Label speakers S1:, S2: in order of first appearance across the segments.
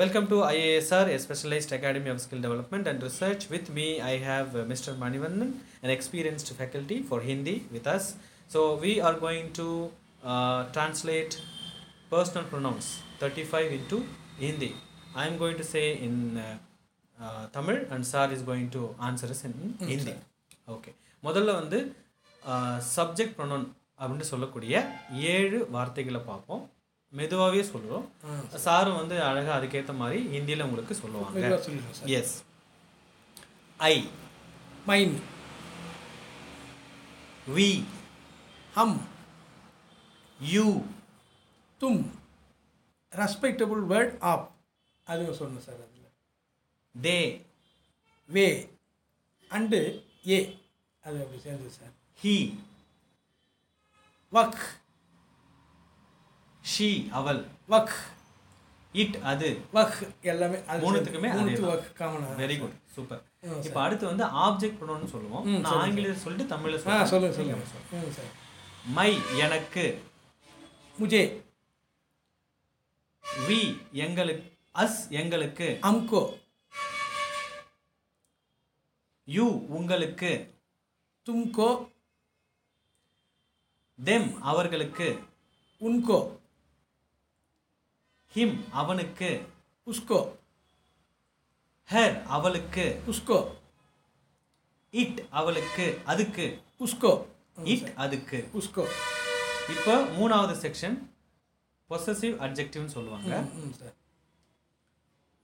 S1: Welcome to IASR, a specialized academy of skill development and research. With me, I have uh, Mr. Manivandan, an experienced faculty for Hindi with us. So, we are going to uh, translate personal pronouns 35 into Hindi. I am going to say in uh, uh, Tamil and Sar is going to answer us in Hindi. Okay முதல்ல வந்து uh, subject pronoun அப்படின்னு சொல்லக்கூடிய ஏழு வார்த்தைகளை பார்ப்போம் மெதுவாகவே சொல்கிறோம் சாரும் வந்து அழகாக அதுக்கேற்ற மாதிரி ஹிந்தியில் உங்களுக்கு சொல்லுவாங்க
S2: மெதுவா சொல்லிடுறேன் சார்
S1: எஸ் ஐ
S2: மைன்
S1: வி
S2: ஹம்
S1: யூ
S2: தும் ரெஸ்பெக்டபுள் வேர்ட் ஆப் அதுவும் சொல்லணும் சார் அதில்
S1: தே
S2: வே அண்டு ஏ அது அப்படி சேர்ந்தது சார்
S1: ஹி
S2: வக்
S1: ஷி அவள்
S2: வக்
S1: இட் அது
S2: வக் எல்லாமே அது
S1: மூணுத்துக்குமே அதே
S2: மூணு
S1: தான்.
S2: வக் காமனாக
S1: வெரி குட் சூப்பர்
S2: ஆ, சார்.
S1: இப்போ அடுத்து வந்து ஆப்ஜெக்ட் ப்ரொனவுன் சொல்லுவோம்
S2: ம்,
S1: நான்
S2: சொல்லுங்க,
S1: ஆங்கிலத்தில் சொல்லிட்டு தமிழில்
S2: ஆ
S1: சொல்லுவேன்
S2: சொல்லுங்க சொல்லுங்க ம் சார்
S1: மை எனக்கு
S2: முஜே
S1: வி எங்களுக்கு அஸ் எங்களுக்கு
S2: அம்கோ
S1: யூ உங்களுக்கு
S2: தும்கோ
S1: தெம் அவர்களுக்கு
S2: உன்கோ
S1: ஹிம் அவனுக்கு
S2: உஸ்கோ
S1: ஹெர் அவளுக்கு
S2: உஸ்கோ
S1: இட் அவளுக்கு அதுக்கு
S2: உஸ்கோ हाँ,
S1: இட் அதுக்கு
S2: உஸ்கோ
S1: இப்போ மூணாவது செக்ஷன் பொசசிவ் அட்ஜெக்டிவ்னு சொல்லுவாங்க
S2: ம், ம் சார்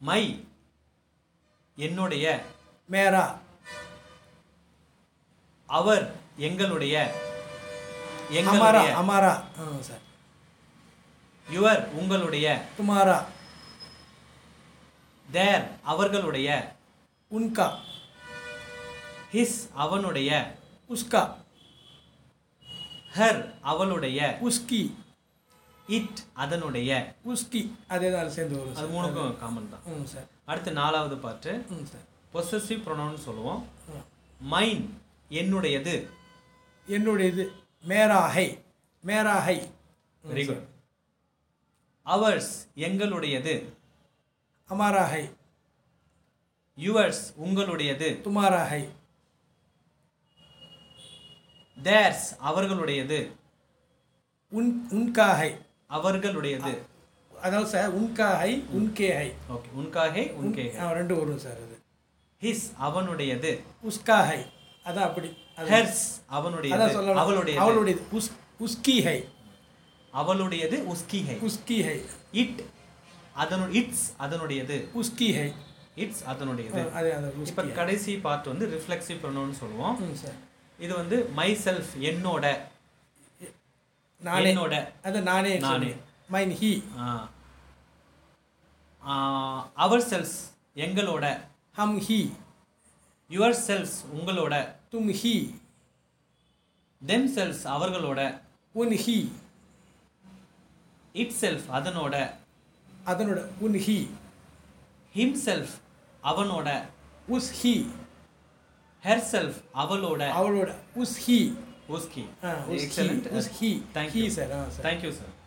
S1: மை என்னுடைய
S2: மேரா
S1: அவர் எங்களுடைய
S2: அமாரா
S1: எங்களுடைய
S2: அமாரா ஆ சார்
S1: யுவர் உங்களுடைய
S2: तुम्हारा
S1: தேர் அவர்களுடைய
S2: उनका
S1: ஹிஸ் அவனுடைய
S2: उसका
S1: ஹர் அவளுடைய
S2: उसकी
S1: இட் அதனுடைய
S2: उसकी அதே தான் சேர்ந்து வரும்
S1: அது
S2: சார்
S1: மூணுக்கும் காமன் தான்
S2: ம் சார்
S1: அடுத்து நாலாவது பாட்டு
S2: ம் சார்
S1: பொசசிவ் ப்ரொனவுன் சொல்லுவோம்
S2: ஆ.
S1: மைன் என்னுடையது
S2: என்னுடையது மேரா ஹை மேரா ஹை
S1: வெரி குட் அவர்ஸ் எங்களுடையது
S2: அமாரா ஹை
S1: யுவர்ஸ் உங்களுடையது
S2: துமாரா ஹை
S1: தேர்ஸ் அவர்களுடையது
S2: உன் உன்கா ஹை
S1: அவர்களுடையது
S2: Ah. அதாவது சார் உன்கா ஹை உன்கே ஹை
S1: ஓகே உன்காகே உன்கே
S2: ஆ, ரெண்டு வரும் சார் அது
S1: ஹிஸ் அவனுடையது
S2: உஸ்கா ஹை அதான் அப்படி அது-
S1: ஹெர்ஸ்
S2: அதான்
S1: அவனுடையது
S2: சொல்லலாம்
S1: அவளுடையது
S2: அவளுடையது உஸ் உஸ்கி ஹை
S1: அவளுடையது உஸ்கிஹை
S2: உஸ்கி ஹை
S1: இட் அதனு இட்ஸ் அதனுடையது
S2: உஸ்கி ஹை
S1: இட்ஸ் அதனுடையது
S2: அது அது உஸ்கி
S1: இப்போ கடைசி பார்ட் வந்து ரிஃப்ளெக்சிவ் ப்ரொனவுன் சொல்லுவோம்
S2: ம் சார்
S1: இது வந்து மை செல்ஃப் என்னோட
S2: நானே
S1: என்னோட
S2: அது நானே
S1: நானே.
S2: நானே மைன் ஹி
S1: அவர் செல்ஸ் எங்களோட
S2: ஹம் ஹி
S1: யுவர் செல்ஸ் உங்களோட
S2: தும் ஹி
S1: தெம் செல்ஸ் அவர்களோட
S2: உன் ஹி
S1: இட் செல்ஃப் அதனோட
S2: அதனோட உன் ஹி
S1: ஹிம் செல்ஃப் அவனோட
S2: உஸ் ஹி
S1: ஹெர் செல்ஃப் அவளோட
S2: அவளோட உஸ் ஹி
S1: ஓஸ்கி
S2: ஆ, உஸ் ஹி
S1: எக்ஸலண்ட்
S2: உஸ் ஹி
S1: தேங்க்
S2: ஹி
S1: யூ
S2: சார் ஆ சார்
S1: தேங்க் யூ சார்